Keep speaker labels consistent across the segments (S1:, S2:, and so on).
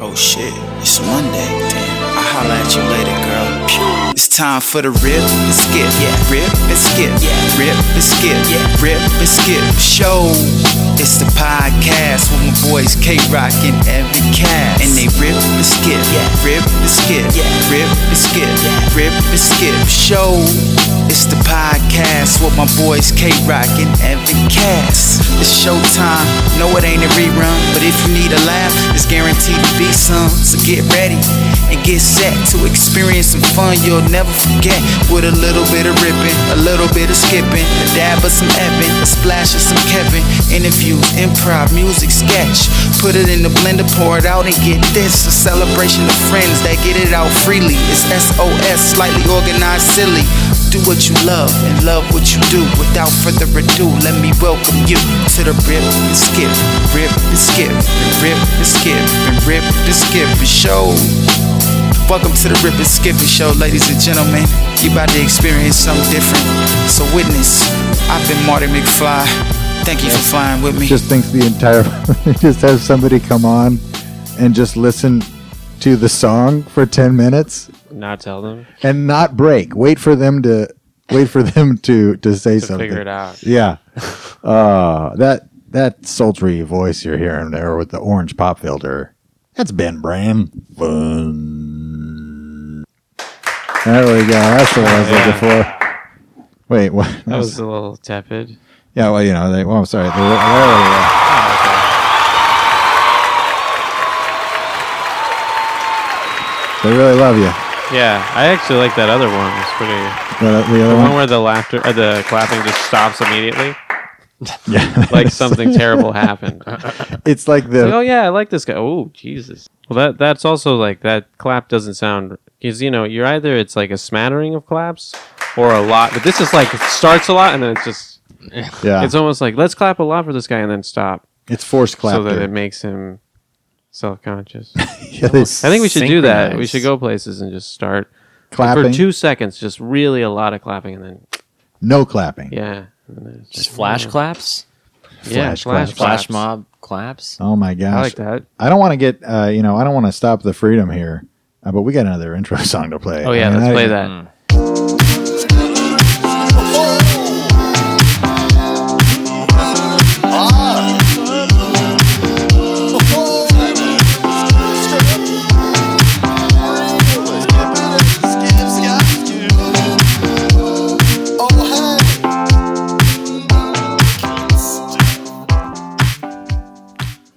S1: Oh shit, it's Monday. Damn. I'll holla at you later, girl. Pew. It's time for the rip and skip. Yeah. Rip and skip. Yeah. Rip and skip. Yeah. Rip and skip. Show. It's the podcast with my boys K Rock and Evan Cass. And they rip and skip. Yeah. Rip and skip. Yeah. Rip and skip. Yeah. Rip and skip. Show. It's the podcast with my boys K Rock and Evan Cass. It's showtime. No, it ain't a rerun, but if you need a laugh, it's guaranteed to be some. So get ready and get set to experience some fun you'll never forget. With a little bit of ripping, a little bit of skipping, a dab of some Evan, a splash of some Kevin. Interviews, improv, music, sketch. Put it in the blender, pour it out, and get this. A celebration of friends that get it out freely. It's SOS, slightly organized, silly. Do what you love and love what you do. Without further ado, let me welcome you to the Rip and Skip, Rip and Skip, and Rip and Skip, and Rip and Skip and Show. Welcome to the Rip and Skip and Show, ladies and gentlemen. You about to experience something different. So witness, I've been Marty McFly. Thank you for flying with me.
S2: just thinks the entire just have somebody come on and just listen to the song for 10 minutes
S3: not tell them
S2: and not break wait for them to wait for them to to say
S3: to
S2: something
S3: figure it out.
S2: yeah uh that that sultry voice you're hearing there with the orange pop filter that's ben bram Fun. there we go that's what i was looking for wait what
S3: That was a little tepid.
S2: yeah well you know they well i'm sorry they, there we go.
S3: Oh,
S2: They really love you.
S3: Yeah, I actually like that other one. It's pretty.
S2: The, the
S3: The
S2: other
S3: one
S2: one?
S3: where the laughter, uh, the clapping just stops immediately,
S2: Yeah.
S3: like something terrible happened.
S2: It's like
S3: Like, oh
S2: the.
S3: yeah, I like this guy. Oh Jesus. Well, that that's also like that clap doesn't sound because you know you're either it's like a smattering of claps or a lot, but this is like it starts a lot and then it's just
S2: Yeah.
S3: it's almost like let's clap a lot for this guy and then stop
S2: It's forced
S3: so that it
S2: clapter.
S3: makes him self conscious.
S2: Yeah, they s-
S3: I think we should do that. We
S4: Synchronized.
S3: should go places and just start
S2: clapping.
S3: for two seconds, just really a lot of clapping, and then
S2: no clapping.
S3: yeah, and then it's
S4: Just
S3: like,
S4: flash
S3: yeah.
S4: claps,
S3: yeah,
S2: Flash
S3: flash,
S2: claps.
S4: flash
S3: claps.
S4: mob claps.
S2: Oh my gosh.
S3: I like that.
S2: I don't want to get, uh, you know, I don't want to stop the freedom here, uh, but we got another intro song to play.
S3: Oh yeah,
S2: I mean,
S3: let's
S2: I-
S3: play that.
S4: Mm.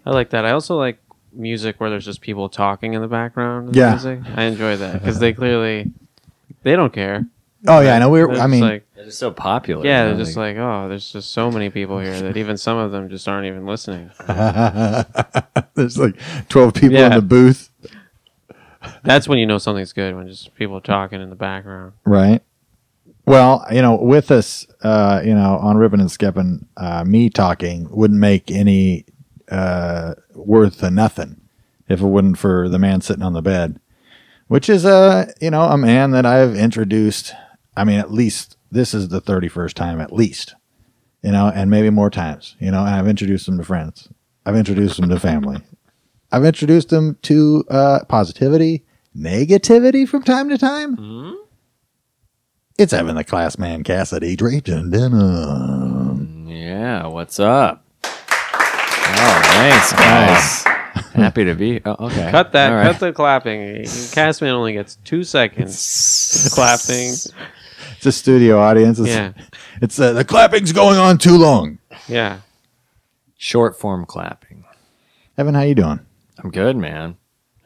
S3: I like that. I also like music where there's just people talking in the background. of the
S2: Yeah.
S3: music. I enjoy that because they clearly they don't care.
S2: Oh yeah, I know. We're,
S3: They're
S2: I
S3: just
S2: mean,
S3: like,
S4: They're just so popular.
S3: yeah,
S4: you know,
S3: they're just like, oh, there's just so many people here that even some of them just aren't even listening.
S2: there's like 12 people in
S3: Yeah.
S2: the booth,
S3: That's when you know something's good when just people talking in the background.
S2: right? Well, you know, with us, uh, you know, on Ribbon and Skipping, uh, me talking wouldn't make any uh, worth a nothing if it wasn't for the man sitting on the bed, which is a you know a man that I've introduced. I mean, at least this is the thirty first time, at least, you know, and maybe more times. You know, and I've introduced him to friends. I've introduced him to family. I've introduced him to uh, positivity, negativity from time to time. It's having the class man Cassidy Drayton Denham.
S4: yeah. What's up? Oh, thanks, guys. Happy to be. Oh, okay.
S3: Cut that.
S4: All right.
S3: Cut the clapping. Castman only gets two seconds clapping.
S2: It's a studio audience. It's,
S3: Yeah,
S2: it's uh, the clapping's going on too long.
S3: yeah.
S4: Short form clapping.
S2: Evan, how you doing?
S4: I'm good, man.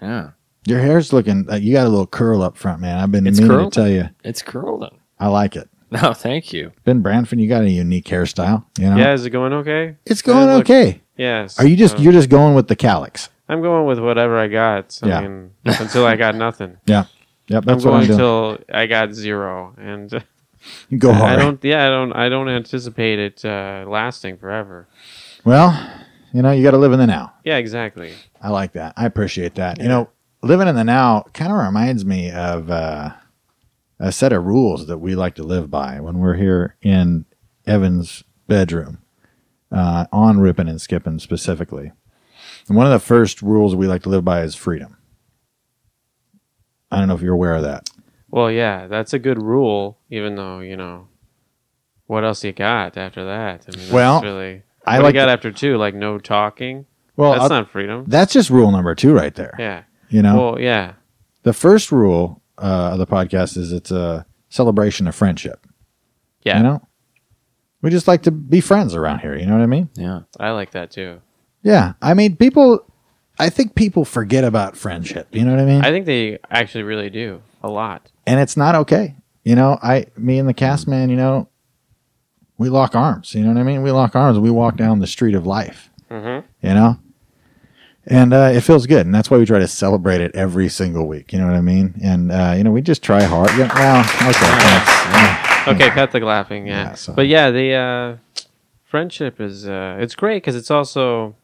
S4: Yeah,
S2: Your hair's looking. Uh, you got a little curl up front, man. I've been
S4: It's
S2: meaning
S4: curled?
S2: to tell you.
S4: it's curling.
S2: I like it.
S4: No, thank you.
S2: Ben Branford, you got a unique hairstyle. You know,
S3: Yeah, is it going okay?
S2: it's going
S3: It look-
S2: okay.
S3: Yes.
S2: Are you just
S3: Um,
S2: you're just going with the calyx?
S3: I'm going with whatever I got. So
S2: Yeah.
S3: I mean, until I got nothing.
S2: Yeah, yep. That's
S3: I'm
S2: what
S3: going
S2: I'm doing.
S3: until I got zero, and
S2: You go
S3: I
S2: hard.
S3: don't. Yeah, I don't. I don't anticipate it uh, lasting forever.
S2: well, you know, you got to live in the now.
S3: Yeah, exactly.
S2: I like that. I appreciate that. You know, living in the now kind of reminds me of uh, a set of rules that we like to live by when we're here in Evan's bedroom uh, on ripping and skipping specifically. And one of the first rules we like to live by is freedom. I don't know if you're aware of that.
S3: Well, yeah, that's a good rule. Even though you know, what else you got after that? I mean, that's
S2: Well,
S3: really,
S2: I
S3: I
S2: like
S3: what like got
S2: to-
S3: after two, like no talking.
S2: Well,
S3: that's
S2: I'll-
S3: not freedom.
S2: that's just rule number two right there.
S3: yeah.
S2: You know,
S3: Well, yeah.
S2: the first rule uh, of the podcast is it's a celebration of friendship.
S3: Yeah.
S2: You know, we just like to be friends around here. You know what I mean?
S4: Yeah.
S3: I like that too.
S2: Yeah. I mean, people, I think people forget about friendship. You know what I mean?
S3: I think they actually really do a lot.
S2: and it's not okay. You know, I, me and the cast man, you know, we lock arms. You know what I mean? We lock arms. We walk down the street of life.
S3: Mhm.
S2: You know, and uh, it feels good, and that's why we try to celebrate it every single week. You know what I mean? And uh, you know, we just try hard. Yeah, well, okay, thanks.
S3: Okay, cut the laughing. Yeah,
S2: Yeah, so-
S3: but yeah, the uh, friendship is uh, it's great because it's also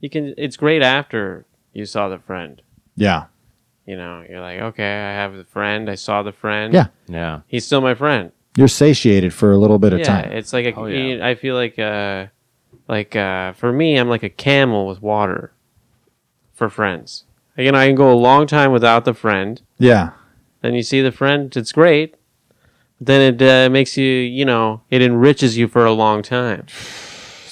S3: you can it's great after you saw the friend.
S2: Yeah,
S3: You know, you're like, okay, I have the friend. I saw the friend.
S2: Yeah.
S4: Yeah.
S3: he's still my friend.
S2: you're satiated for a little bit of
S3: yeah,
S2: time.
S3: it's like a,
S4: Oh, yeah.
S3: I feel like uh, like uh, for me, I'm like a camel with water for friends. You know, I can go a long time without the friend.
S2: yeah,
S3: Then you see the friend. It's great. Then it uh, makes you, you know, it enriches you for a long time,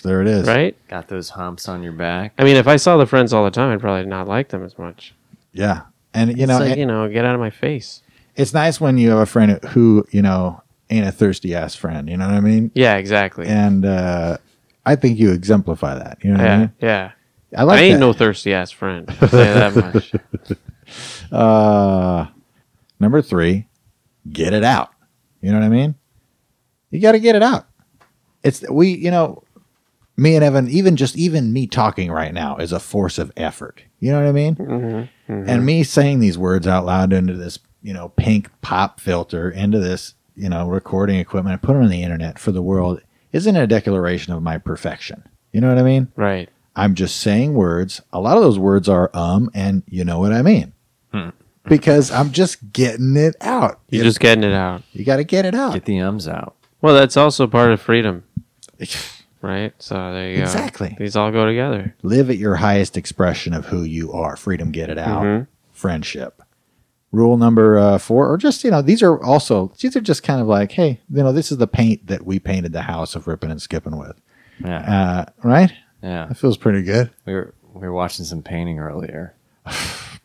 S2: there it is.
S3: right?
S4: Got those humps on your back.
S3: I mean, if I saw the friends all the time, I'd probably not like them as much.
S2: Yeah, and you
S3: You know,
S2: know,
S3: it's like,
S2: it-
S3: you know, get out of my face.
S2: it's nice when you have a friend who you know ain't a thirsty ass friend. You know what I mean?
S3: Yeah, exactly. Yeah,
S2: And uh, I think you exemplify that. You know what I
S3: yeah.
S2: mean? uh, I like
S3: I ain't
S2: that.
S3: no thirsty ass friend. I'll say that much.
S2: Uh, number three, get it out. You know what I mean? You got to get it out. It's we, you know, me and Evan, even just even me talking right now is a force of effort. You know what I mean? And me saying these words out loud into this, you know, pink pop filter, into this, you know, recording equipment, I put them on the internet for the world, isn't a declaration of my perfection. You know what I mean?
S3: Right.
S2: I'm just saying words. A lot of those words are um, and you know what I mean. Because I'm just getting it out.
S3: You're
S2: You,
S3: just getting it out.
S2: got to get it out.
S4: Get the ums out.
S3: Well, that's also part of freedom, right? So there you go.
S2: Exactly.
S3: These all go together.
S2: Live at your highest expression of who you are. Freedom, get it out. Friendship. Rule number uh, four, or just, you know, these are also, these are just kind of like, hey, you know, this is the paint that we painted the house of ripping and skipping with.
S4: Yeah.
S2: Uh, right?
S4: Yeah.
S2: That feels pretty good.
S4: We were we were watching some painting earlier.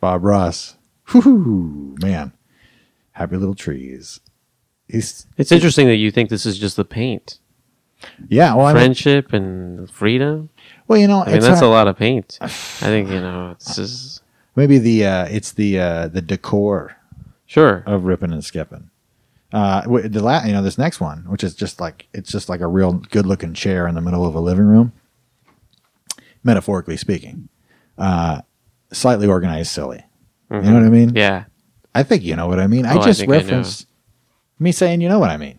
S2: Bob Ross. Whoo, man. Happy little trees. He's
S3: It's interesting that you think this is just the paint,
S2: yeah. Well, I mean,
S3: friendship and freedom.
S2: well, you know,
S3: I mean,
S2: it's
S3: that's
S2: hard-
S3: a lot of paint. I think you know. This is
S2: maybe the uh, it's the uh, the decor
S3: sure.
S2: of ripping and skipping. Uh, wi- the la- you know this next one, which is just like it's just like a real good looking chair in the middle of a living room, metaphorically speaking. Uh, slightly organized, silly. You know what I mean?
S3: Mm-hmm. Yeah.
S2: I think you know what I mean.
S3: Oh,
S2: I
S3: I
S2: just
S3: think I know.
S2: referenced me saying you know what I mean.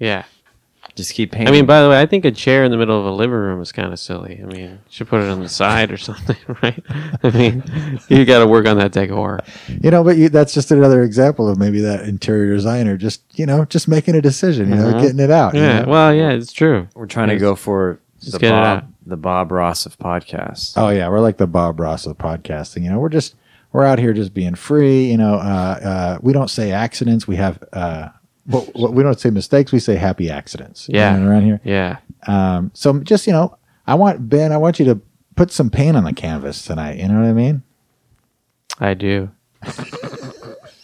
S3: Yeah.
S4: Just keep painting.
S3: I mean, by the way, I think a chair in the middle of a living room is kind of silly. I mean, you should put it on the side or something, right? I mean, you got to work on that decor.
S2: You know, but you, that's just another example of maybe that interior designer just you know just making a decision, you know, getting it out. you
S3: Mm-hmm. Yeah.
S2: know?
S3: Well, yeah, it's true.
S4: we're trying to go for the
S3: get it
S4: Bob
S3: out.
S4: the Bob Ross of podcasts.
S2: Oh yeah, we're like the Bob Ross of podcasting. You know, we're just we're out here just being free. You know, uh, uh, we don't say accidents. We have uh, what, what, we don't say mistakes. We say happy accidents. you
S3: Yeah.
S2: know, around here.
S3: Yeah.
S2: Um, so just you know, I want Ben. I want you to put some paint on the canvas tonight. You know what I mean?
S3: I do.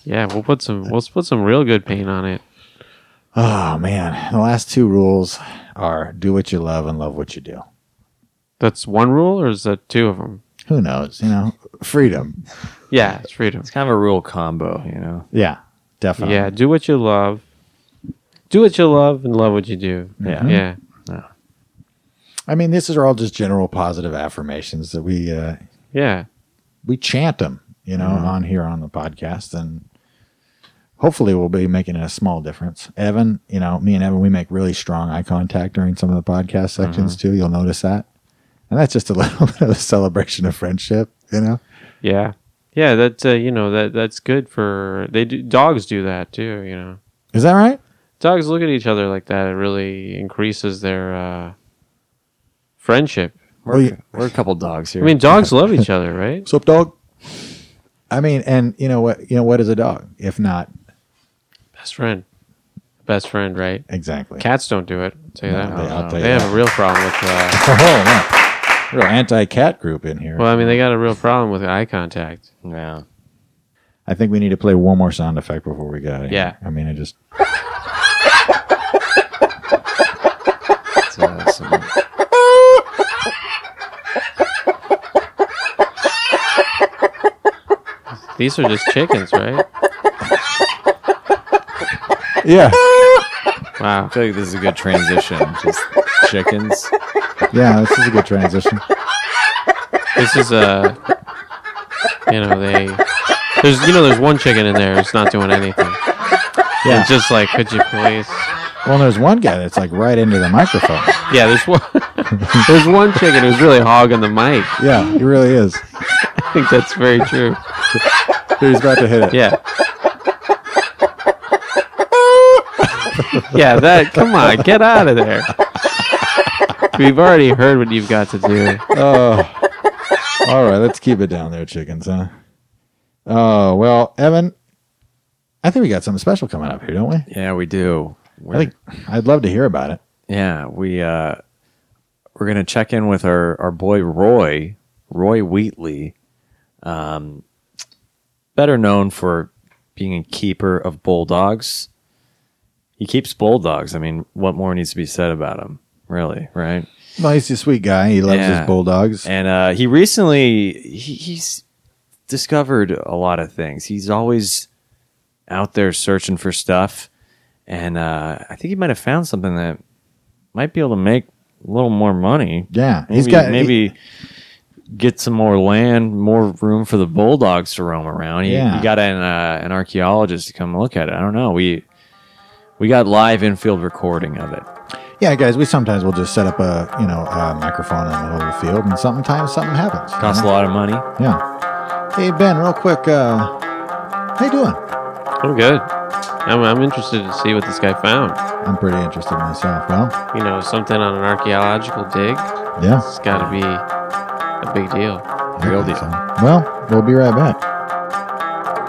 S3: yeah, we'll put some we'll put some real good paint on it.
S2: Oh man, the last two rules are do what you love and love what you do.
S3: That's one rule, or is that two of them?
S2: Who knows? You know, freedom.
S3: Yeah, it's freedom.
S4: It's kind of a rule combo, you know.
S2: Yeah, definitely.
S3: Yeah, do what you love, do what you love, and love what you do.
S4: Yeah.
S3: Mm-hmm. yeah,
S2: I mean, these are all just general positive affirmations that we uh,
S3: yeah.
S2: we chant them, you know,
S3: Mm-hmm.
S2: on here on the podcast, and hopefully we'll be making a small difference. Evan, you know, me and Evan, we make really strong eye contact during some of the podcast sections
S3: Mm-hmm.
S2: too. You'll notice that, and that's just a little bit of a celebration of friendship, you know.
S3: Yeah, yeah. That's uh, you know that that's good for they do dogs do that too. You know,
S2: Is that right?
S3: dogs look at each other like that. It really increases their uh, friendship.
S4: We're,
S2: Well, you-
S4: we're a couple dogs here.
S3: I mean, dogs love each other, right?
S2: Sup, dog? I mean, and you know what? You know what is a dog? If not,
S3: Best friend, best friend, right?
S2: exactly.
S3: Cats don't do it. I'll tell you that.
S2: I'll tell- I'll tell you
S3: they have
S2: that.
S3: a real problem with. Uh,
S2: Oh, man. Real anti-cat group in here.
S3: well, I mean, they got a real problem with eye contact.
S4: yeah.
S2: I think we need to play one more sound effect before we get out of here.
S3: Yeah.
S2: I mean, I just
S4: It's, uh, some-
S3: These are just chickens, right?
S2: yeah,
S3: Wow.
S4: I feel like this is a good transition. Just chickens.
S2: yeah. This is a good transition.
S3: This is uh, you know they. There's you know there's one chicken in there. It's not doing anything.
S2: Yeah.
S3: It's just like could you please?
S2: Well, there's one guy that's like right into the microphone.
S3: Yeah, there's one. there's one chicken who's really hogging the mic.
S2: Yeah, he really is.
S3: I think that's very true.
S2: He's about to hit it.
S3: Yeah. yeah, that. Come on, get out of there. We've already heard what you've got to do.
S2: Oh. All right, let's keep it down there, chickens, huh? Oh well, Evan, I think we got something special coming up here, don't we?
S4: Yeah, we do.
S2: I think I'd love to hear about it.
S4: Yeah, we uh, we're gonna check in with our our boy Roy, Roy Wheatley, um, better known for being a keeper of bulldogs. He keeps bulldogs. I mean, what more needs to be said about him? Really, right?
S2: Well, he's a sweet guy. He loves
S4: Yeah.
S2: his bulldogs.
S4: And uh, he recently he, he's discovered a lot of things. He's always out there searching for stuff, and uh, I think he might have found something that might be able to make a little more money.
S2: yeah,
S4: maybe,
S2: he's got
S4: maybe get some more land, more room for the bulldogs to roam around. He,
S2: Yeah.
S4: he got an uh, an archaeologist to come look at it. I don't know. We we got live infield recording of it.
S2: Yeah, guys, we sometimes will just set up a you know a microphone in the middle of the field, and sometimes something happens. you
S4: Costs a
S2: know?
S4: lot of money.
S2: Yeah. Hey Ben, real quick, uh, how you doing?
S3: I'm good. I'm, I'm interested to see what this guy found.
S2: I'm pretty interested myself. Well,
S3: You know, something on an archaeological dig.
S2: yeah,
S3: It's got to be a big deal.
S2: I
S4: Real
S2: think
S4: deal.
S2: so. Well, we'll be right back.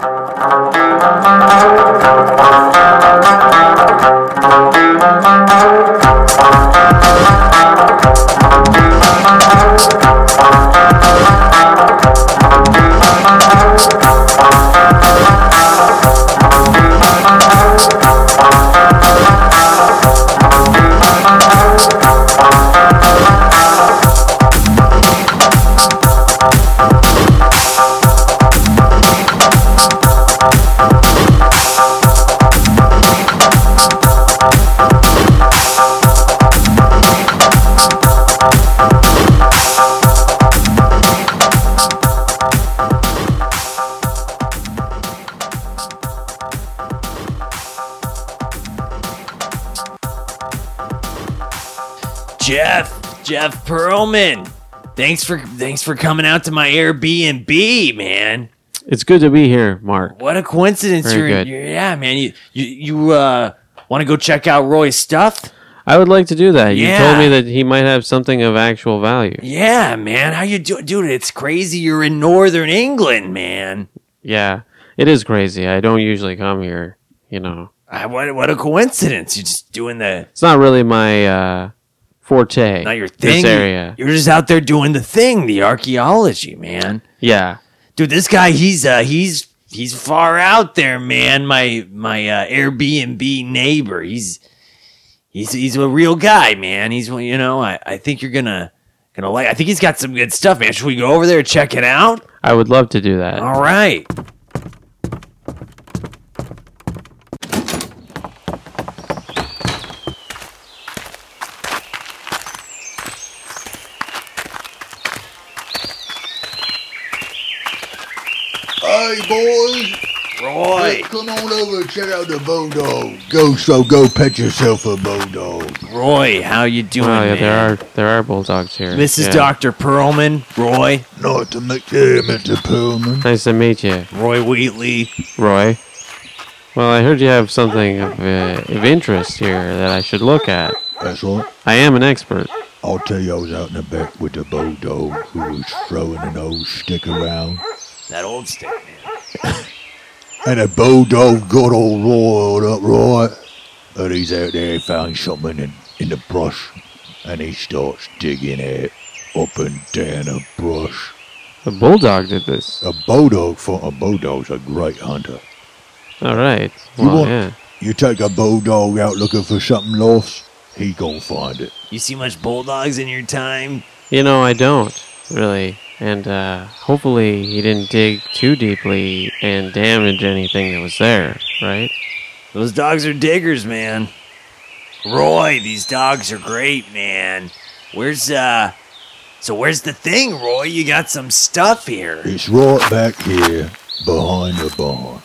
S5: Jeff, Jeff Perlman. Thanks for thanks for coming out to my Airbnb, man.
S3: It's good to be here, Mark.
S5: What a coincidence!
S3: Very
S5: you're,
S3: good.
S5: you're yeah, man. You you, you uh want to go check out Roy's stuff?
S3: I would like to do that. You
S5: Yeah.
S3: told me that he might have something of actual value.
S5: Yeah, man. How you doing, dude? It's crazy. You're in Northern England, man.
S3: Yeah, it is crazy. I don't usually come here. You know,
S5: I, what what a coincidence! You're just doing the
S3: it's not really my uh, forte.
S5: not your thing.
S3: This area.
S5: You're just out there doing the thing, the archaeology, man.
S3: Yeah.
S5: dude this guy he's uh he's he's far out there man my my uh airbnb neighbor he's he's he's a real guy man he's one- you know i i think you're gonna gonna like i think he's got some good stuff man should we go over there and check it out
S3: I would love to do that.
S5: all right
S6: Hey boys,
S5: roy
S6: come on over and check out the bulldog. Go so go pet yourself a bulldog.
S5: roy how you doing
S3: Wow, Oh, yeah,
S5: man?
S3: there are there are bulldogs here.
S5: this is
S3: Yeah.
S5: dr perlman roy
S6: Nice to meet you, Mr. Pullman.
S3: Nice to meet you,
S5: roy wheatley
S3: Roy. Well, I heard you have something of, uh, of interest here that I should look at.
S6: That's right.
S3: I am an expert.
S6: I'll tell you, I was out in the back with the bulldog who was throwing an old stick around.
S5: That old stick, man.
S6: And the bulldog got all roiled up, right? And he's out there, he found something in, in the brush, and he starts digging it up and down the brush.
S3: The bulldog did this.
S6: A bulldog, for a bulldog's a great hunter.
S3: All right.
S6: You
S3: Well,
S6: want-
S3: yeah.
S6: You take a bulldog out looking for something lost, he gonna find it.
S5: You see much bulldogs in your time?
S3: You know, I don't really, and uh, hopefully he didn't dig too deeply and damage anything that was there, right?
S5: Those dogs are diggers, man. Roy, these dogs are great, man. Where's uh So where's the thing, Roy? You got some stuff here.
S6: It's right back here behind the barn.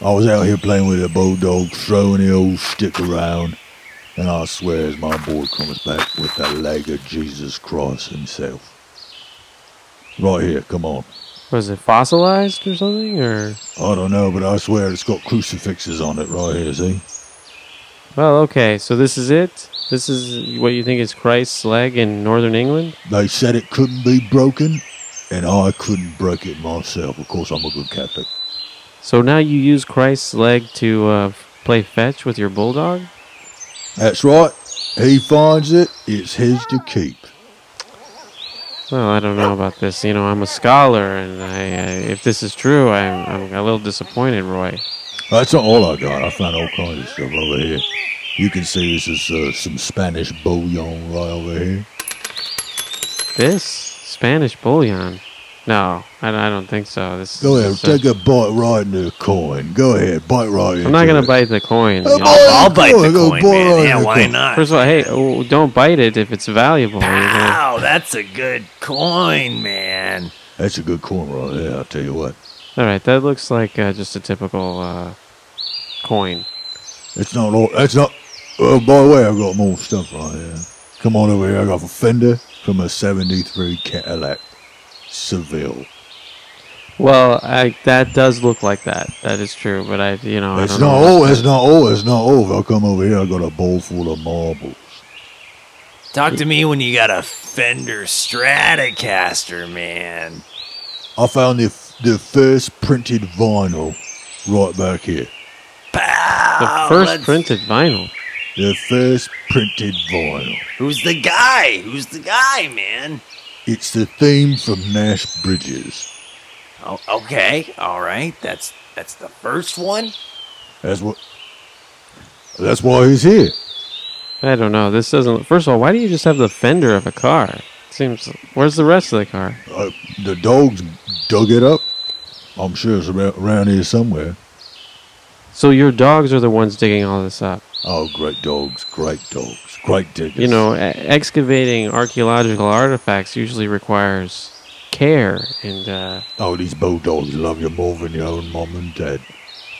S6: I was out here playing with a bulldog, throwing the old stick around, and I swear as my boy comes back with the leg of Jesus Christ himself. Right here, come on.
S3: Was it fossilized or something, or?
S6: I don't know, but I swear it's got crucifixes on it right here, see?
S3: Well, okay, so this is it. This is what you think is Christ's leg in Northern England.
S6: They said it couldn't be broken, and I couldn't break it myself. Of course, I'm a good Catholic.
S3: So now you use Christ's leg to uh, play fetch with your bulldog.
S6: That's right. He finds it, it's his to keep.
S3: Well, I don't know about this. You know, I'm a scholar, and I, I if this is true, I'm, I'm a little disappointed, Roy.
S6: That's not all I got. I found all kinds of stuff over here. You can see this is uh, some Spanish bouillon right over here.
S3: This Spanish bullion? No, I, I don't think so. This.
S6: Go ahead,
S3: this, uh,
S6: take a bite right into the coin. Go ahead, bite right into
S3: I'm not gonna
S6: it.
S3: bite the coin.
S6: Oh,
S3: you know.
S6: boy!
S5: I'll bite the
S6: Go
S5: coin,
S6: boy,
S5: man. Yeah,
S6: the
S5: why
S6: coin.
S5: not?
S3: First of all, hey, oh, don't bite it if it's valuable. you know.
S5: Wow, that's a good coin, man.
S6: That's a good coin right there, I'll tell you what.
S3: All right, that looks like uh, just a typical uh, coin.
S6: It's not all. That's not. Oh, by the way, I've got more stuff right here. Come on over here. I got a fender from a 73 Cadillac Seville.
S3: Well, I, that does look like that. That is true, but I, you know, I
S6: It's
S3: don't
S6: not
S3: know.
S6: all. It's not all. It's not all. I'll come over here. I got a bowl full of marbles.
S5: Talk to me when you got a Fender Stratocaster, man.
S6: I found the, the first printed vinyl right back here.
S5: Pow,
S3: the first
S5: Ah, let's-
S3: printed vinyl.
S6: The first printed vinyl.
S5: Who's the guy? Who's the guy, man?
S6: It's the theme from Nash Bridges.
S5: Oh, okay, all right. That's that's the first one.
S6: That's what. That's why he's here.
S3: I don't know. This doesn't. First of all, why do you just have the fender of a car? Seems. Where's the rest of the car?
S6: Uh, the dogs dug it up. I'm sure it's around, around here somewhere.
S3: So your dogs are the ones digging all this up.
S6: Oh, great dogs, great dogs, great diggers.
S3: You know, e- excavating archaeological artifacts usually requires care, and uh,
S6: Oh, these bulldogs love you more than your own mom and dad.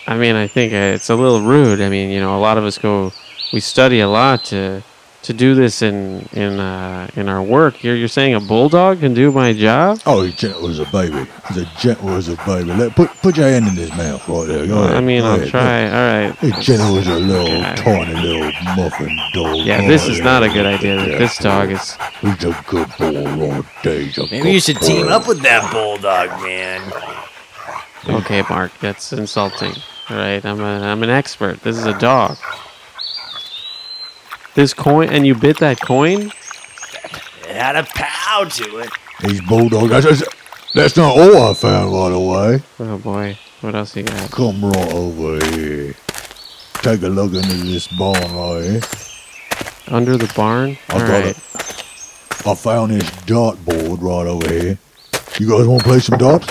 S3: I mean, I think uh, it's a little rude. I mean, you know, a lot of us go, we study a lot to to do this in in uh, in our work. You're you're saying a bulldog can do my job?
S6: Oh, he's gentle as a baby. He's as gentle as a baby. Let, put put your hand in his mouth right there. Go ahead.
S3: I mean,
S6: go
S3: I'll
S6: ahead.
S3: try. All right.
S6: Hey, Jenna was a little
S3: God.
S6: tiny little muffin dog.
S3: Yeah, this is not a good idea. This dog is.
S6: He's a good boy, Lord Days.
S5: Maybe you should team up with that bulldog, man.
S3: Okay, Mark, that's insulting. All right, I'm a, I'm an expert. This is a dog. This coin, and you bit that coin?
S5: It had a pow to it.
S6: These bulldogs. That's, that's, that's not all I found, by the way.
S3: Oh boy, what else you got?
S6: Come right over here. Take a look into this barn right here.
S3: Under the barn?
S6: I
S3: All
S6: got
S3: right.
S6: it. I found this dartboard right over here. You guys want to play some darts?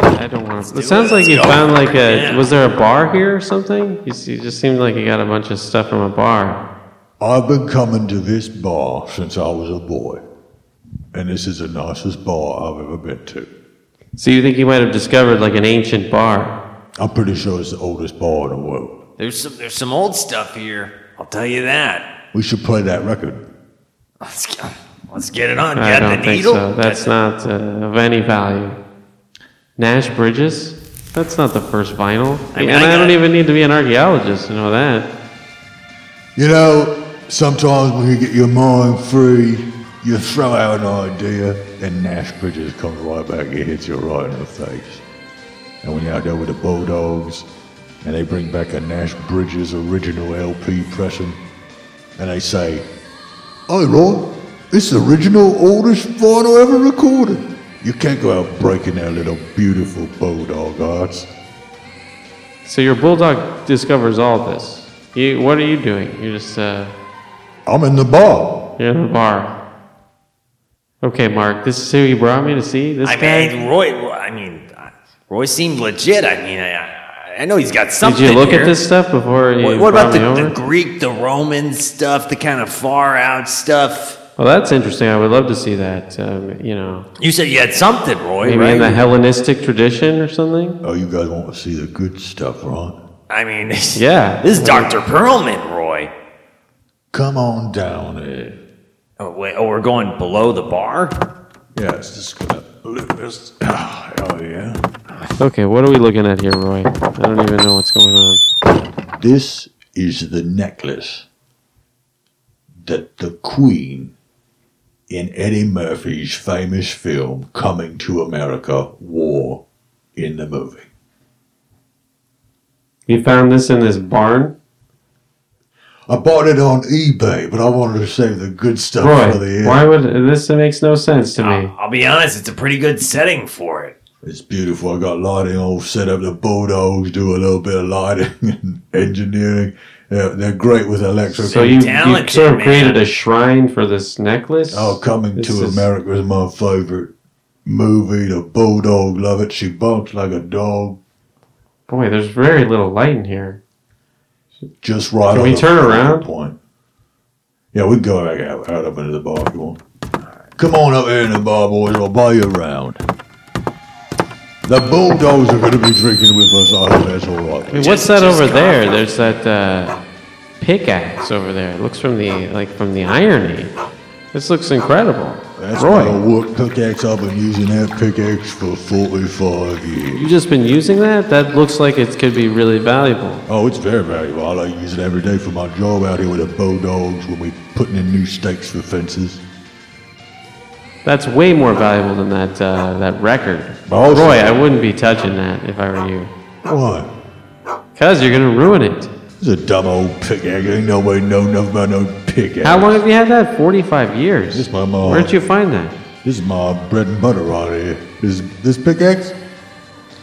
S3: I don't want to. It sounds like you found like a. Was there a bar here or something? You, see, it just seemed like you got a bunch of stuff from a bar.
S6: I've been coming to this bar since I was a boy. And this is the nicest bar I've ever been to.
S3: So you think you might have discovered like an ancient bar?
S6: I'm pretty sure it's the oldest bar in the world.
S5: There's some there's some old stuff here. I'll tell you that.
S6: We should play that record.
S5: Let's get, let's get it on. You
S3: I
S5: got
S3: don't
S5: the
S3: think
S5: needle?
S3: so. That's not uh, of any value. Nash Bridges? That's not the first vinyl.
S5: I mean,
S3: and
S5: I
S3: I, don't
S5: got-
S3: even need to be an archaeologist to know that.
S6: You know, Sometimes when you get your mind free, you throw out an idea, and Nashville just comes right back and hits you right in the face. And when you're out there with the Bulldogs, and they bring back a Nash Bridges original LP pressing, and they say, Hey Roy, it's the original oldest vinyl ever recorded. You can't go out breaking their little beautiful Bulldog arts.
S3: So your bulldog discovers all this. You, what are you doing? You're just uh,
S6: I'm in the bar.
S3: you're in the bar. Okay, Mark. This is who you brought me to see. This
S5: I mean, Roy. I mean, Roy seemed legit. I mean, I, I know he's got
S3: did
S5: something.
S3: you look
S5: here.
S3: at this stuff before you
S5: What, what
S3: brought
S5: about
S3: me
S5: the,
S3: over?
S5: the Greek, the Roman stuff, the kind of far out stuff?
S3: well, that's interesting. I would love to see that. Um, you know,
S5: You said you had something, Roy.
S3: maybe
S5: right?
S3: in the Hellenistic tradition or something.
S6: Oh, you guys want to see the good stuff, right?
S5: I mean,
S3: Yeah.
S5: this is Doctor Perlman, Roy.
S6: Come on down here.
S5: Oh, wait, oh, we're going below the bar.
S6: Yeah, it's just gonna lift this. Ah, Oh, yeah.
S3: Okay, what are we looking at here, Roy? I don't even know what's going on.
S6: This is the necklace that the Queen in Eddie Murphy's famous film Coming to America wore in the movie.
S3: You found this in this barn,
S6: I bought it on eBay, but I wanted to save the good stuff
S3: Roy?
S6: for the end.
S3: Why would this makes no sense to me?
S5: I'll be honest, it's a pretty good setting for it.
S6: It's beautiful. I got lighting all set up. The Bulldogs do a little bit of lighting and engineering. They're, they're great with electric.
S3: So you, you
S5: talented,
S3: sort of
S5: man.
S3: created a shrine for this necklace.
S6: Oh, Coming
S3: This
S6: to
S3: is-
S6: America is my favorite movie. The Bulldog love it. She barks like a dog.
S3: Boy, there's very little light in here.
S6: Just right
S3: Can
S6: on
S3: we
S6: the
S3: turn around?
S6: point. Yeah, we can go back out, out up into the bar if you want. Come on up here in the bar, boys. I'll buy you a round. The Bulldogs are going to be drinking with us. I hope that's all right.
S3: Wait,
S5: Just-
S3: what's that
S5: just
S3: over
S5: coffee.
S3: there? There's that uh, pickaxe over there. It looks from the like from the irony. This looks incredible.
S6: That's
S3: Roy,
S6: right. a wood pickaxe. I've been using that pickaxe for 45 years.
S3: you just been using that? That looks like it could be really valuable.
S6: Oh, it's very valuable. I like use it every day for my job out here with the bulldogs when we're putting in new stakes for fences.
S3: That's way more valuable than that uh, that record.
S6: Oh,
S3: Roy, I wouldn't be touching that if I were you.
S6: Why?
S3: Cause you're gonna ruin it.
S6: It's a dumb old pickaxe. Ain't nobody know nothing about no pickaxe.
S3: How long have you had that? Forty-five years.
S6: This my mom.
S3: Where'd you find that?
S6: This is my bread and butter right here. This this pickaxe.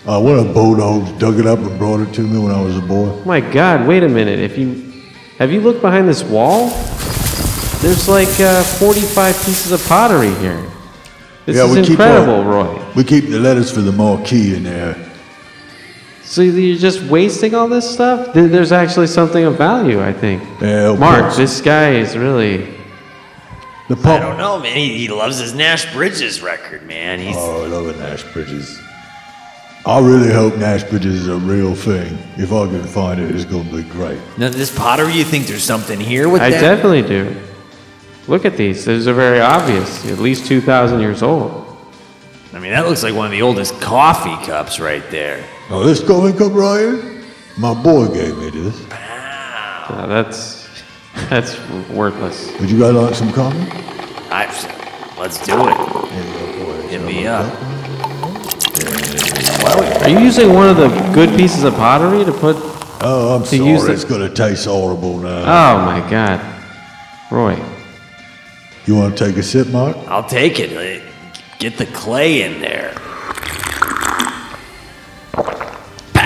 S6: Uh, one of the bulldogs dug it up and brought it to me when I was a boy.
S3: My God! Wait a minute. If you have you looked behind this wall, there's like uh, forty-five pieces of pottery here. This
S6: Yeah, we
S3: is
S6: keep
S3: incredible,
S6: all-
S3: Roy.
S6: We keep the letters for the marquee in there.
S3: So you're just wasting all this stuff. There- There's actually something of value, I think.
S6: Yeah, of
S3: Mark,
S6: course.
S3: this guy is really.
S6: The
S5: I don't
S6: pump.
S5: know, man. He, he loves his Nash Bridges record, man. He's
S6: Oh, I love it, Nash Bridges. I really hope Nash Bridges is a real thing. If I can find it, it's going to be great.
S5: now this pottery. You think there's something here with
S3: I
S5: that?
S3: definitely do. Look at these. These are very obvious. At least two thousand years old.
S5: I mean, that looks like one of the oldest coffee cups right there.
S6: Oh, this coffee cup right here? My boy gave me this.
S3: Uh, that's that's worthless.
S6: Would you guys like some coffee?
S5: I, let's do it.
S6: Here you go, boys.
S5: Hit me up.
S3: Are you using one of the good pieces of pottery to put?
S6: Oh, I'm
S3: To use
S6: sorry.
S3: it-
S6: It's going to taste horrible now.
S3: Oh my God, Roy.
S6: you want to take a sip, Mark?
S5: I'll take it. Eh, Get the clay in there. Pow!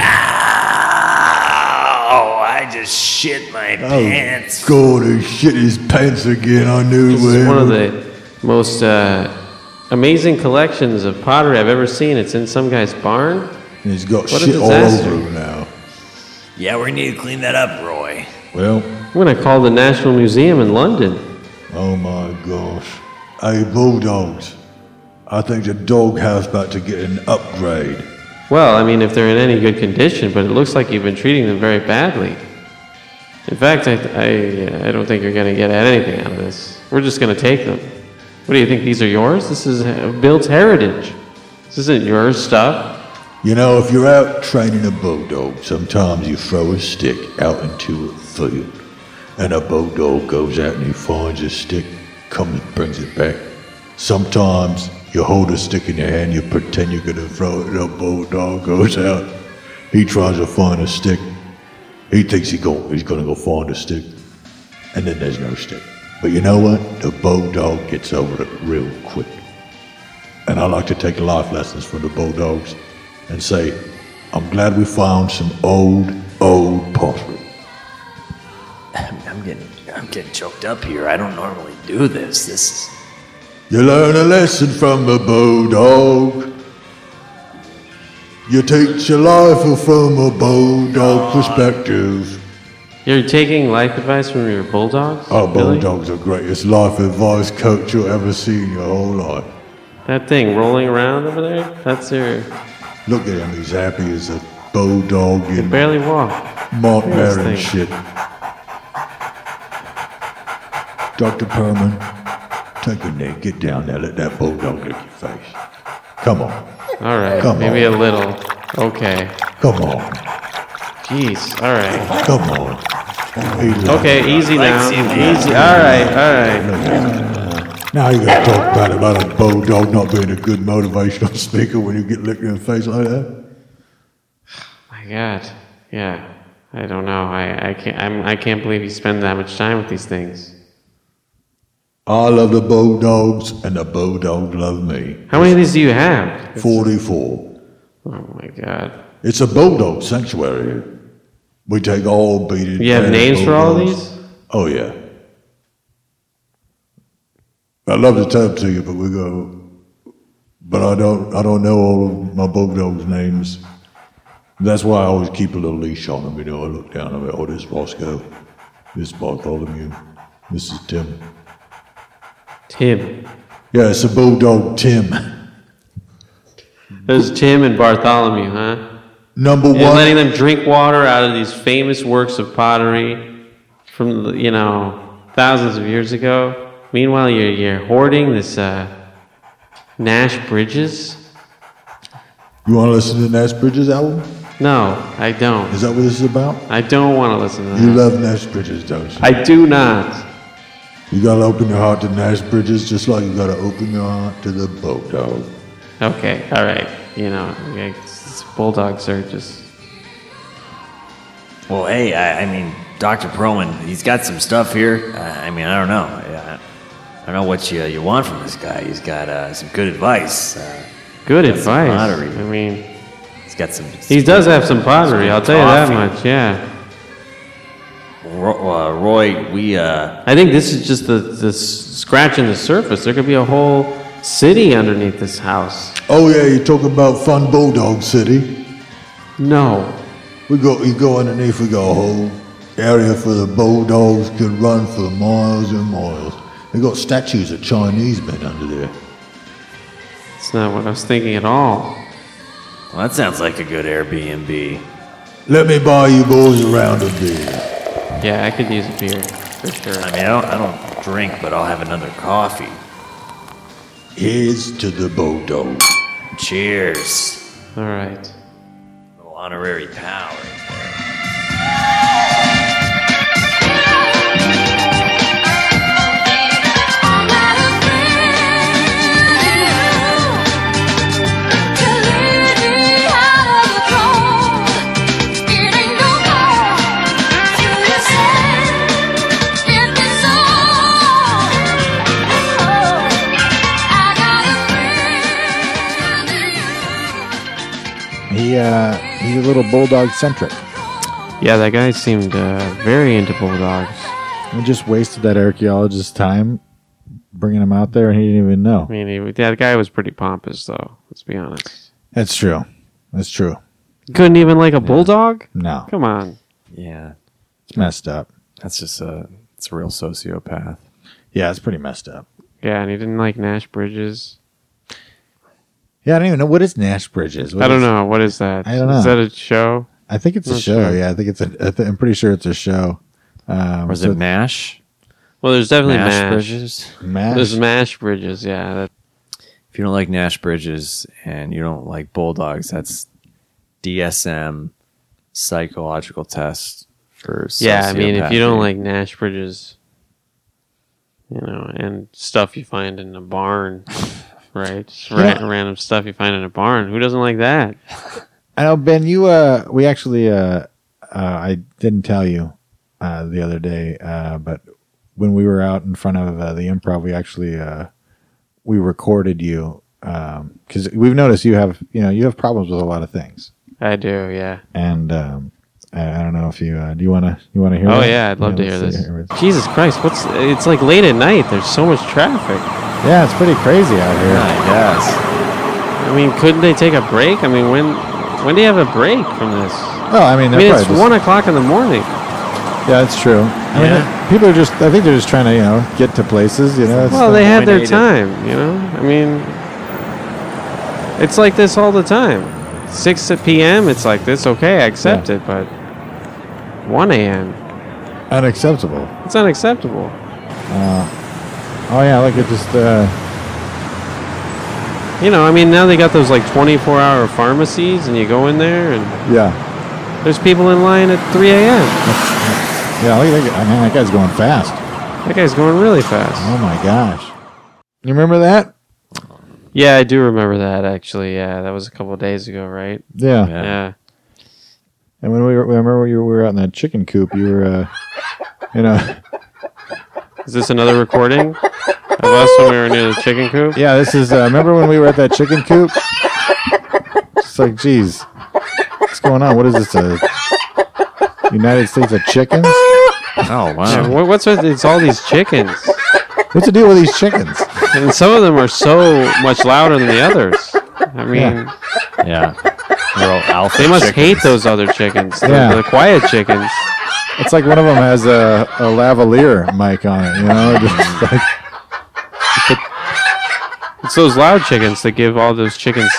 S5: Oh, I just shit my pants.
S6: Oh, God, he shit his pants again. I knew
S3: This
S6: where.
S3: is one of the most uh, amazing collections of pottery I've ever seen. It's in some guy's barn.
S6: And he's got
S3: What a
S6: shit all
S3: disaster.
S6: over him now.
S5: Yeah, we need to clean that up, Roy.
S6: Well,
S3: I'm gonna call the National Museum in London.
S6: oh my gosh. Hey, Bulldogs. I think the doghouse about to get an upgrade.
S3: Well, I mean, if they're in any good condition, but it looks like you've been treating them very badly. In fact, I, I, I don't think you're gonna get anything out of this. We're just gonna take them. What do you think? These are yours? This is uh, Bill's heritage. This isn't your stuff.
S6: You know, if you're out training a bulldog, sometimes you throw a stick out into a field. and a bulldog goes out and he finds a stick, comes and brings it back. Sometimes you hold a stick in your hand, you pretend you're gonna throw it, and a bulldog goes out. He tries to find a stick. He thinks he go, he's gonna go find a stick, and then there's no stick. But you know what? The bulldog gets over it real quick. And I like to take life lessons from the bulldogs and say, I'm glad we found some old, old pottery.
S5: I'm getting I'm getting choked up here. I don't normally do this. This is
S6: You learn a lesson from a bulldog. You teach your life from a bulldog perspective.
S3: You're taking life advice from your bulldogs?
S6: Oh,
S3: Really?
S6: bulldogs are great. It's life advice coach you'll ever see in your whole life.
S3: That thing rolling around over there? That's your.
S6: Look at him, he's happy as a bulldog in
S3: Barely walk.
S6: Montmartre
S3: thing.
S6: and shit. Dr. Perman, take a knee, get down there, let that bulldog lick your face. Come on,
S3: All right.
S6: Come
S3: maybe
S6: on.
S3: a little. Okay.
S6: come on,
S3: Jeez. All right.
S6: come on. He loves
S3: Okay. Easy now. Easy. All right. All right.
S6: Now you're going to talk bad about a bulldog not being a good motivational speaker when you get licked in the face like that?
S3: My God. Yeah. I don't know. I, I can't. I'm, I can't believe you spend that much time with these things.
S6: I love the bulldogs, and the bulldogs love me.
S3: How many of these do you have?
S6: 44.
S3: Oh my God.
S6: It's a bulldog sanctuary. here. We take all beaded.
S3: You have
S6: painted
S3: names for all
S6: bulldogs.
S3: these?
S6: Oh yeah. I'd love to tell it to you, but we go. But I don't. I don't know all of my bulldogs' names. That's why I always keep a little leash on them. You know, I look down and I go, "Oh, this is Roscoe, this is Bartholomew, this is Tim."
S3: Tim.
S6: Yeah, it's a bulldog, Tim.
S3: There's Tim and Bartholomew, huh?
S6: Number
S3: and
S6: one.
S3: letting them drink water out of these famous works of pottery from the- you know thousands of years ago. Meanwhile, you're, you're hoarding this uh, Nash Bridges.
S6: You want to listen to Nash Bridges' album?
S3: No, I don't.
S6: Is that what this is about?
S3: I don't want to listen to
S6: You
S3: that.
S6: love Nash Bridges, don't you?
S3: I do not.
S6: You gotta open your heart to Nash Bridges, just like you gotta open your heart to the bulldog.
S3: Okay, all right. You know, okay, s- bulldogs are just.
S5: well. Hey, I, I mean, Doctor Perlman, he's got some stuff here. Uh, I mean, I don't know. Yeah, I, I don't know what you you want from this guy. He's got uh, some good advice. Uh,
S3: Good
S5: That's some
S3: advice.
S5: pottery.
S3: I mean,
S5: he's got some.
S3: he does have some pottery. I'll tell you that
S5: Coffee.
S3: much. Yeah,
S5: Ro- uh, Roy, we uh,
S3: I think this is just the the s- scratching the surface. There could be a whole city underneath this house.
S6: Oh yeah, you're talking about fun bulldog city.
S3: No.
S6: We go, you go underneath, we got a whole area for the bulldogs could run for miles and miles. They got statues of Chinese men under there.
S3: It's not what I was thinking at all.
S5: well, that sounds like a good Airbnb.
S6: Let me buy you boys a round of beer.
S3: Yeah, I could use a beer for sure.
S5: I mean, I don't, I don't drink, but I'll have another coffee.
S6: Here's to the bulldog.
S5: Cheers.
S3: All right.
S5: Little honorary pal. right there.
S2: He uh, he's a little bulldog centric.
S3: Yeah, that guy seemed uh, very into bulldogs.
S2: We just wasted that archaeologist's time bringing him out there, and he didn't even
S3: I
S2: know.
S3: mean, he, that guy was pretty pompous, though. Let's be honest.
S2: That's true. That's true.
S3: Couldn't even like a bulldog.
S2: No,
S3: Come on.
S4: Yeah,
S2: it's messed up.
S4: that's just a it's a real sociopath.
S2: Yeah, it's pretty messed up.
S3: Yeah, and he didn't like Nash Bridges.
S2: Yeah, I don't even know what is Nash Bridges. What
S3: I don't
S2: is-
S3: know what is that.
S2: I don't
S3: Is
S2: know.
S3: that a show?
S2: I think it's a
S3: Not
S2: show.
S3: sure.
S2: Yeah, I think it's a. I th- I'm pretty sure it's a show. Um,
S4: Or is
S2: so
S4: it Nash?
S3: Well, there's definitely Nash,
S4: Nash Bridges.
S2: Mash?
S3: There's Mash Bridges. Yeah, that,
S4: If you don't like Nash Bridges and you don't like Bulldogs, that's DSM psychological test or
S3: Yeah, I mean, if
S4: sociopathy.
S3: you don't like Nash Bridges, you know, and stuff you find in a barn, right? Just ra- random stuff you find in a barn. Who doesn't like that?
S2: I know Ben. You uh, we actually uh, uh I didn't tell you uh the other day uh, but when we were out in front of uh, the improv, we actually uh we recorded you um because we've noticed you have you know you have problems with a lot of things
S3: I do, yeah.
S2: and um I, I don't know if you uh, do you want to you want to hear
S3: Oh
S2: that?
S3: yeah, I'd love to hear
S2: let's
S3: this.
S2: see here.
S3: Jesus Christ, what's? It's like late at night. There's so much traffic.
S2: yeah it's pretty crazy out here
S4: I
S3: I mean, couldn't they take a break? I mean, when when do you have a break from this? I
S2: oh I mean, they're
S3: mean,
S2: probably
S3: it's
S2: just-
S3: one o'clock in the morning.
S2: yeah that's true I
S3: Yeah.
S2: mean people are just I think they're just trying to you know get to places you know it's
S3: Well,
S2: not-
S3: they had their
S4: dominated.
S3: time, you know. I mean, it's like this all the time. Six p.m. It's like this. Okay, I accept it, but one a.m.
S2: unacceptable
S3: It's unacceptable.
S2: oh yeah like it just uh.
S3: You know, I mean, now they got those like twenty-four hour pharmacies, and you go in there, and
S2: Yeah,
S3: there's people in line at three a.m.
S2: yeah. Look at that. guy. Man, that guy's going fast.
S3: That guy's going really fast.
S2: Oh my gosh! You remember that?
S3: Yeah, I do remember that actually. Yeah, that was a couple of days ago, right?
S2: Yeah.
S4: Yeah.
S3: Yeah.
S2: And when we were, remember you were out in that chicken coop, you were, uh, you know,
S3: Is this another recording of us when we were near the chicken coop?
S2: yeah. This is. Uh, remember when we were at that chicken coop? It's like, geez, what's going on? What is this? A United States of chickens?
S4: guess. Oh
S3: Yeah,
S4: wow.
S3: wha- what's with it's all these chickens?
S2: What's the deal with these chickens?
S3: And some of them are so much louder than the others. I mean,
S2: Yeah.
S4: yeah. They're all alpha
S3: they must
S4: chickens.
S3: hate those other chickens, the,
S2: Yeah.
S3: the quiet chickens.
S2: It's like one of them has a, a lavalier mic on it. You know, just like,
S3: It's those loud chickens that give all those chickens,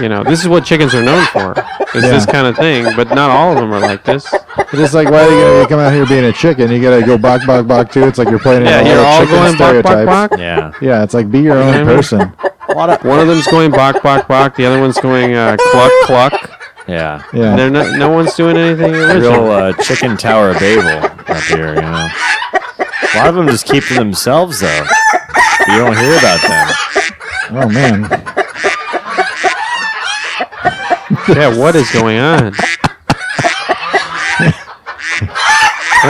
S3: you know, this is what chickens are known for. It's this
S2: Yeah.
S3: kind of thing, but not all of them are like this.
S2: it's just like, why are you gonna come out here being a chicken? You gotta go bok bok bok too. It's like you're playing. in
S3: Yeah,
S2: all
S3: you're
S2: the
S3: all
S2: chicken
S3: going bok, bok,
S2: stereotypes.
S3: bok.
S4: Yeah.
S2: Yeah, it's like be your own person.
S3: One of them's going bok, bok, bok. The other one's going uh, cluck, cluck.
S4: Yeah.
S3: And
S2: Yeah,
S3: they're not, no one's doing anything
S4: Real
S3: original.
S4: uh, chicken tower of Babel up here, you know. A lot of them just keep to themselves though. You don't hear about them.
S2: Oh man,
S3: Yeah, what is going on? And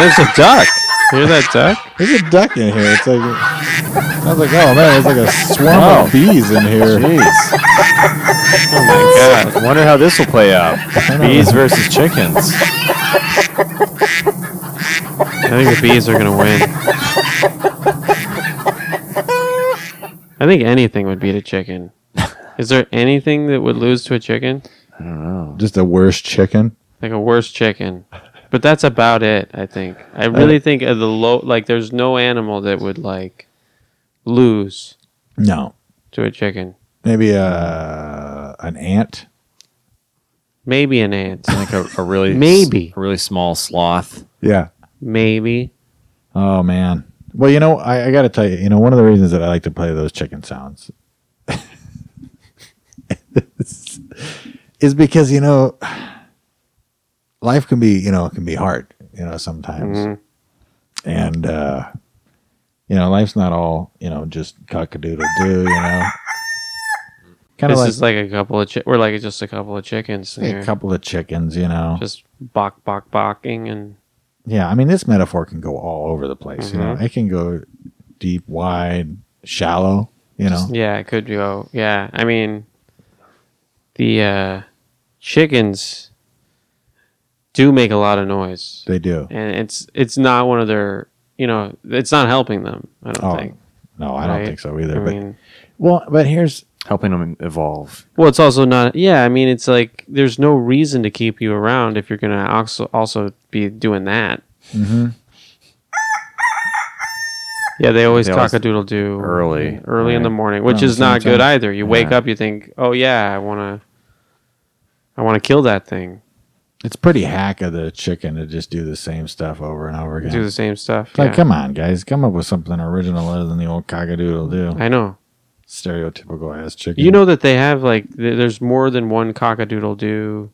S3: there's a duck. Hear that duck?
S2: there's a duck in here. It's like I was like, oh man, it's like a swarm
S3: Oh.
S2: of bees in here.
S4: Jeez.
S3: God.
S4: I wonder how this will play out. Bees versus chickens.
S3: I think the bees are gonna win. I think anything would beat a chicken. Is there anything that would lose to a chicken?
S2: Just the worst chicken.
S3: Like a worse chicken. But that's about it, I think. I really think of the low like there's no animal that would like lose
S2: No,
S3: to a chicken.
S2: maybe uh, an ant.
S3: Maybe an ant.
S4: Like a, a really s-
S3: Maybe.
S4: a really small sloth.
S2: Yeah.
S3: Maybe.
S2: Oh man. Well, you know, I, I got to tell you, you know, one of the reasons that I like to play those chicken sounds is- is because you know, life can be you know can be hard you know sometimes,
S3: Mm-hmm.
S2: and uh, you know, life's not all you know just cockadoodle doo, you know. Kind of
S3: This
S2: like,
S3: is like a couple of chi- we're like just a couple of chickens in
S2: a
S3: here.
S2: couple of chickens, you know.
S3: Just bok bok bocking and
S2: yeah, I mean, this metaphor can go all over the place. You
S3: Mm-hmm.
S2: know, it can go deep, wide, shallow. You know,
S3: Yeah, it could go. Yeah, I mean, the uh, chickens do make a lot of noise,
S2: they do.
S3: and it's it's not one of their. You know, it's not helping them. I don't think.
S2: no, Oh, I don't
S3: right?
S2: think so either.
S3: I
S2: but
S3: mean,
S2: well, but here's
S4: Helping them evolve.
S3: well, it's also not. Yeah, I mean, it's like there's no reason to keep you around if you're gonna also also be doing that.
S2: Mm-hmm.
S3: Yeah, they always
S4: They always-
S3: cock a doodle do
S4: Early,
S3: early in
S4: right.
S3: the morning, which
S2: Around
S3: is
S2: the same
S3: not good
S2: time.
S3: either. You wake up, you think, "Oh yeah, I wanna, I wanna kill that thing,
S2: it's pretty hack of the chicken to just do the same stuff over and over again.
S3: do the same stuff."
S2: It's like,
S3: Yeah.
S2: come on, guys, come up with something original other than the old cockadoodle do.
S3: I know.
S2: Stereotypical ass chicken.
S3: You know that they have like th- there's more than one cockadoodle do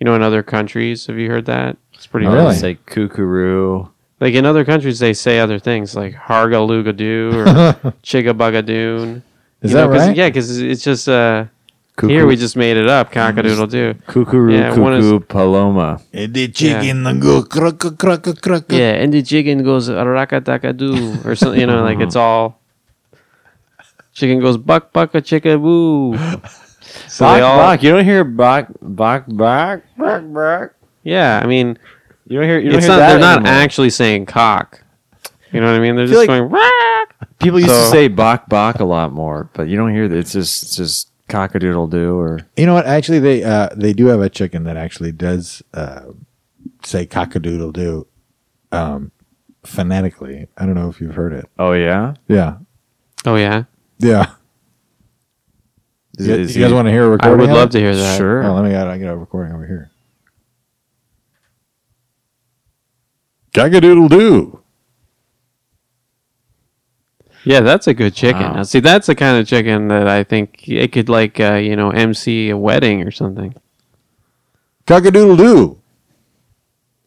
S3: You know, in other countries, have you heard that? It's pretty
S2: Oh,
S3: nice.
S2: really?
S4: Say kookaroo.
S3: Like in other countries, they say other things like hargalugadoo or chigabugadoon.
S2: Is
S3: You
S2: that
S3: know, 'cause-
S2: right?
S3: Yeah, because it's just uh,
S4: Cuckoo,
S3: here we just made it up. Cockadoodle doo.
S4: kookaroo,
S3: Yeah, one is-
S4: cuckoo, paloma.
S6: The chicken, the go crack, crack, crack.
S3: Yeah, and the chicken goes arakadakadoo or something. You know, like it's all chicken goes buck buck a chicka boo. So
S4: Bok,
S3: they all,
S4: bok. You don't hear bok, bok, bok, bok, bok.
S3: yeah. I mean,
S4: You don't hear. You don't
S3: it's
S4: hear
S3: not.
S4: that
S3: They're not
S4: anymore.
S3: actually saying cock. You know what I mean? They're
S4: feel
S3: just going. "Rah!"
S4: People used to
S3: So-
S4: say bok, bok a lot more, but you don't hear that. It's just, it's just cockadoodle doo or
S2: You know what? Actually, they uh, they do have a chicken that actually does uh, say cockadoodle doo um, phonetically. I don't know if you've heard it.
S4: oh yeah.
S2: Yeah,
S3: Oh yeah,
S2: yeah.
S4: Is,
S2: you,
S4: is
S2: you guys
S4: he-
S2: want to hear a
S3: I
S2: recording?
S3: would
S2: of
S3: love
S2: it?
S3: to hear that.
S4: Sure.
S2: Oh, let me get I get a recording over here. Cockadoodle doo.
S3: Yeah, that's a good chicken.
S4: Wow.
S3: Now, see, that's the kind of chicken that I think it could like, uh, you know, MC a wedding or something.
S2: Cockadoodle doo.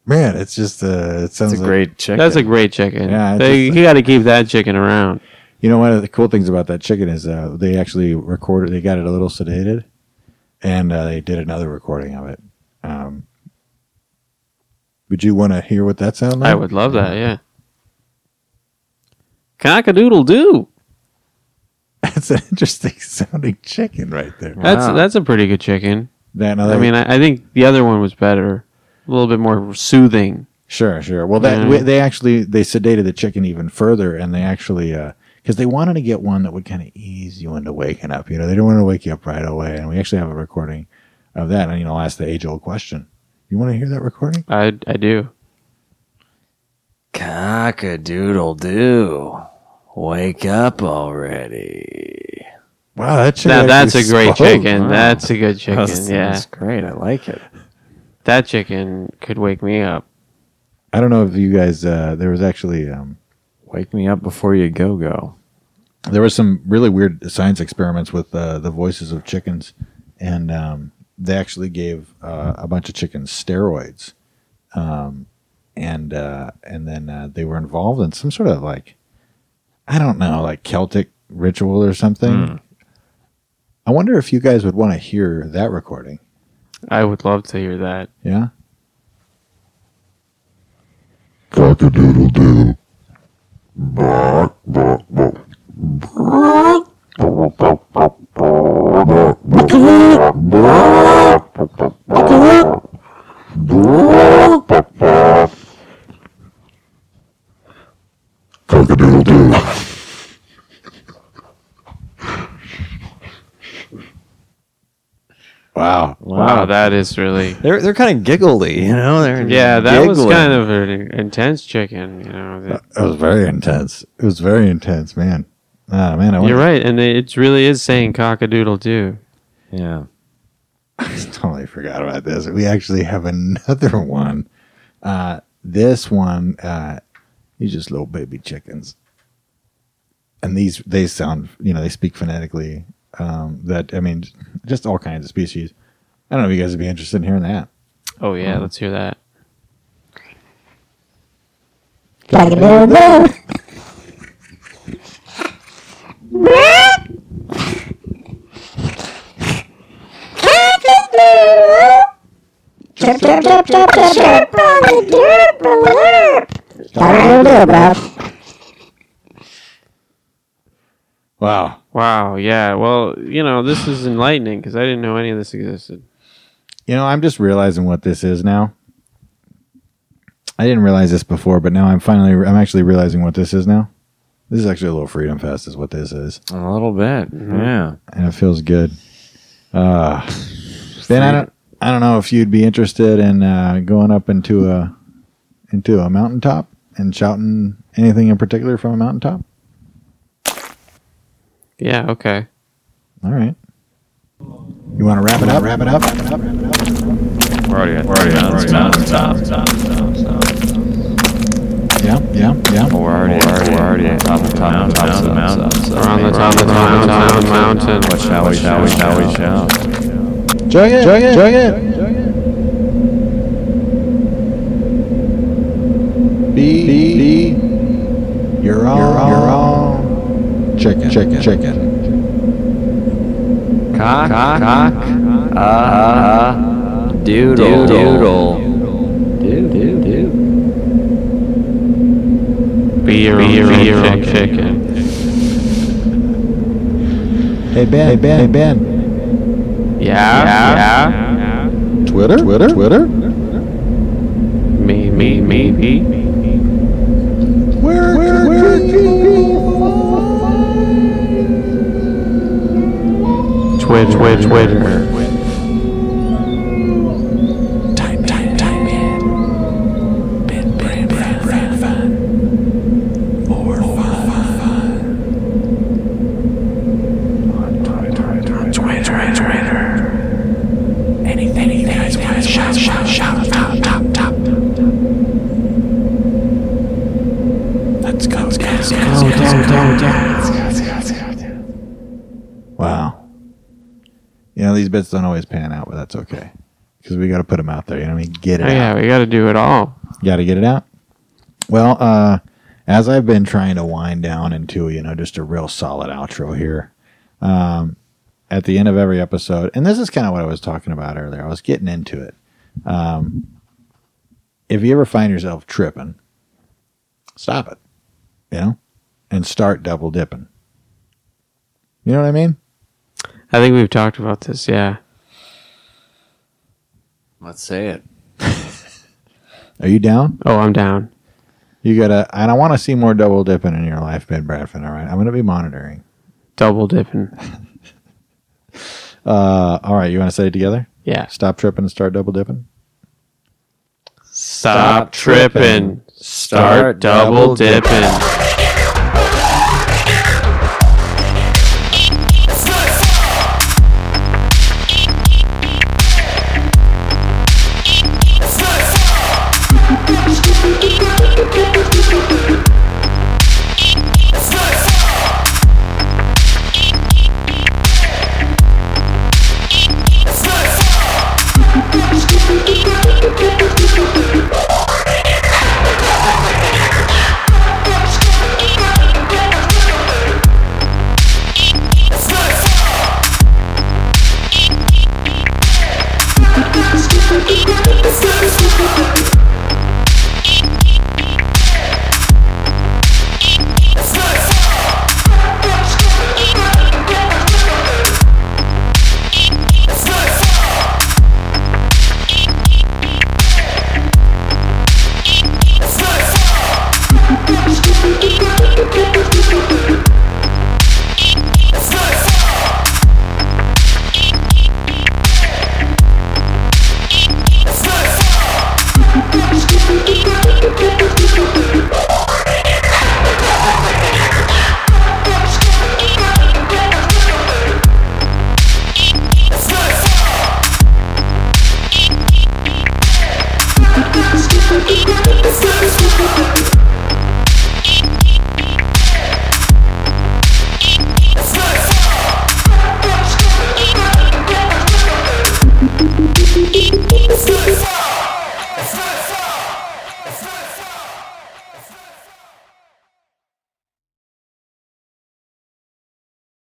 S2: Man, it's just uh, it sounds
S4: That's a
S2: like-
S4: great chicken.
S3: That's a great chicken.
S2: Yeah,
S3: Yeah,
S2: it's
S3: they,
S2: just-
S3: you got to keep that chicken around.
S2: You know, one of the cool things about that chicken is uh, they actually recorded, they got it a little sedated, and uh, they did another recording of it. Um, would you want to hear what that sounded like?
S3: I would love that. Yeah. Cockadoodle doo.
S2: That's an interesting sounding chicken right there.
S3: That's
S4: Wow.
S3: that's a pretty good chicken.
S2: That, now
S3: I
S2: that-
S3: mean, I, I think the other one was better, a little bit more soothing.
S2: sure, sure. Well, that
S3: Yeah.
S2: we- they actually they sedated the chicken even further, and they actually because they wanted to get one that would kind of ease you into waking up. You know, they didn't want to wake you up right away, and we actually have a recording of that. And you know, I'll ask the age old question. You want to hear that recording?
S3: I I do.
S5: Cockadoodle doo. Wake up already.
S2: Wow, that chicken.
S3: Now that's a
S2: actually
S3: great
S2: spoke.
S3: chicken. That's a good chicken.
S4: That's,
S3: yeah,
S4: that's great. I like it.
S3: that chicken could wake me up.
S2: I don't know if you guys. Uh, there was actually um,
S4: Wake me up before you go go.
S2: there was some really weird science experiments with uh, the voices of chickens, and um, they actually gave uh, a bunch of chickens steroids, um, and uh, and then uh, they were involved in some sort of like, I don't know, like Celtic ritual or something.
S3: Hmm.
S2: I wonder if you guys would want to hear that recording.
S3: I would love to hear that.
S2: Yeah.
S6: Cockadoodle doo. Bark, bark, bark. Cockadoodle doo.
S2: Wow.
S3: Wow, that is really.
S4: They're they're kind of giggly, you know. They're
S3: Yeah, that was
S4: giggling.
S3: kind of an intense chicken. You know, that-
S2: It was very intense. It was very intense, man. Ah, man, I wonder.
S3: you're right, and it really is saying cockadoodle doo.
S4: yeah.
S2: totally forgot about this. We actually have another one. Uh, this one, uh, these just little baby chickens, and these they sound, you know, they speak phonetically. Um, that I mean, just all kinds of species. I don't know if you guys would be interested in hearing that.
S3: Oh yeah, let's hear that.
S2: Wow.
S3: Wow, yeah. Well, you know, this is enlightening because I didn't know any of this existed.
S2: You know, I'm just realizing what this is now. I didn't realize this before, but now I'm finally, I'm actually realizing what this is now. This is actually a little freedom fest, is what this is.
S4: A little bit.
S3: Mm-hmm.
S4: Yeah.
S2: and it feels good. Uh, then I don't, I don't know if you'd be interested in uh, going up into a into a mountaintop and shouting anything in particular from a mountaintop.
S3: Yeah, okay.
S2: All right. You want to wrap it up? Wrap it up? Wrap it up?
S4: We're already at, we're already at mountain, mountain top.
S2: Yeah, yeah, yeah.
S4: We're already we're already at top of top of top of the mountain.
S3: We're on the top of the mountain. mountain.
S4: What shall we? Shall we? Shall we? Shall.
S2: Jug it, jug it, jug it. D, D, you're on, you're on. Chicken, chicken, chicken.
S5: Cock, cock, cock, uh, uh, doodle, doodle, do, do, do.
S3: Be your, own, be your own chicken.
S2: Hey Ben, hey Ben, hey Ben.
S3: Yeah, yeah,
S2: Twitter, Twitter, Twitter.
S3: Me, me, me, me.
S2: Where, where, where
S3: Twit, twit, twitter.
S7: Time, time, time, man. Ben, Ben, Ben, Ben, Ben. More fun. Twitter, Twitter. Anything, anything, anything. Shout, shout, shout. Top, top, top. Let's go, let's go, let's go, let's go, let's go, let's go, let's go, let's go, let's go.
S2: Wow. You know these bits don't always pan out, but that's okay because we got to put them out there. You know what I mean? Get it
S3: Oh,
S2: out.
S3: yeah, we got to do it all.
S2: got to get it out. Well, uh, as I've been trying to wind down into, you know, just a real solid outro here, um, at the end of every episode, and this is kind of what I was talking about earlier. I was getting into it. Um, if you ever find yourself tripping, stop it, you know, and start double dipping. You know what I mean?
S3: I think we've talked about this. Yeah.
S5: Let's say it.
S2: Are you down?
S3: Oh, I'm down.
S2: You gotta, and I want to see more double dipping in your life, Ben Bradford. All right, I'm gonna be monitoring.
S3: Double dipping.
S2: Uh, all right, you want to say it together?
S3: Yeah.
S2: Stop tripping and start double dipping.
S3: Stop tripping. Start double dipping.
S8: Thank you.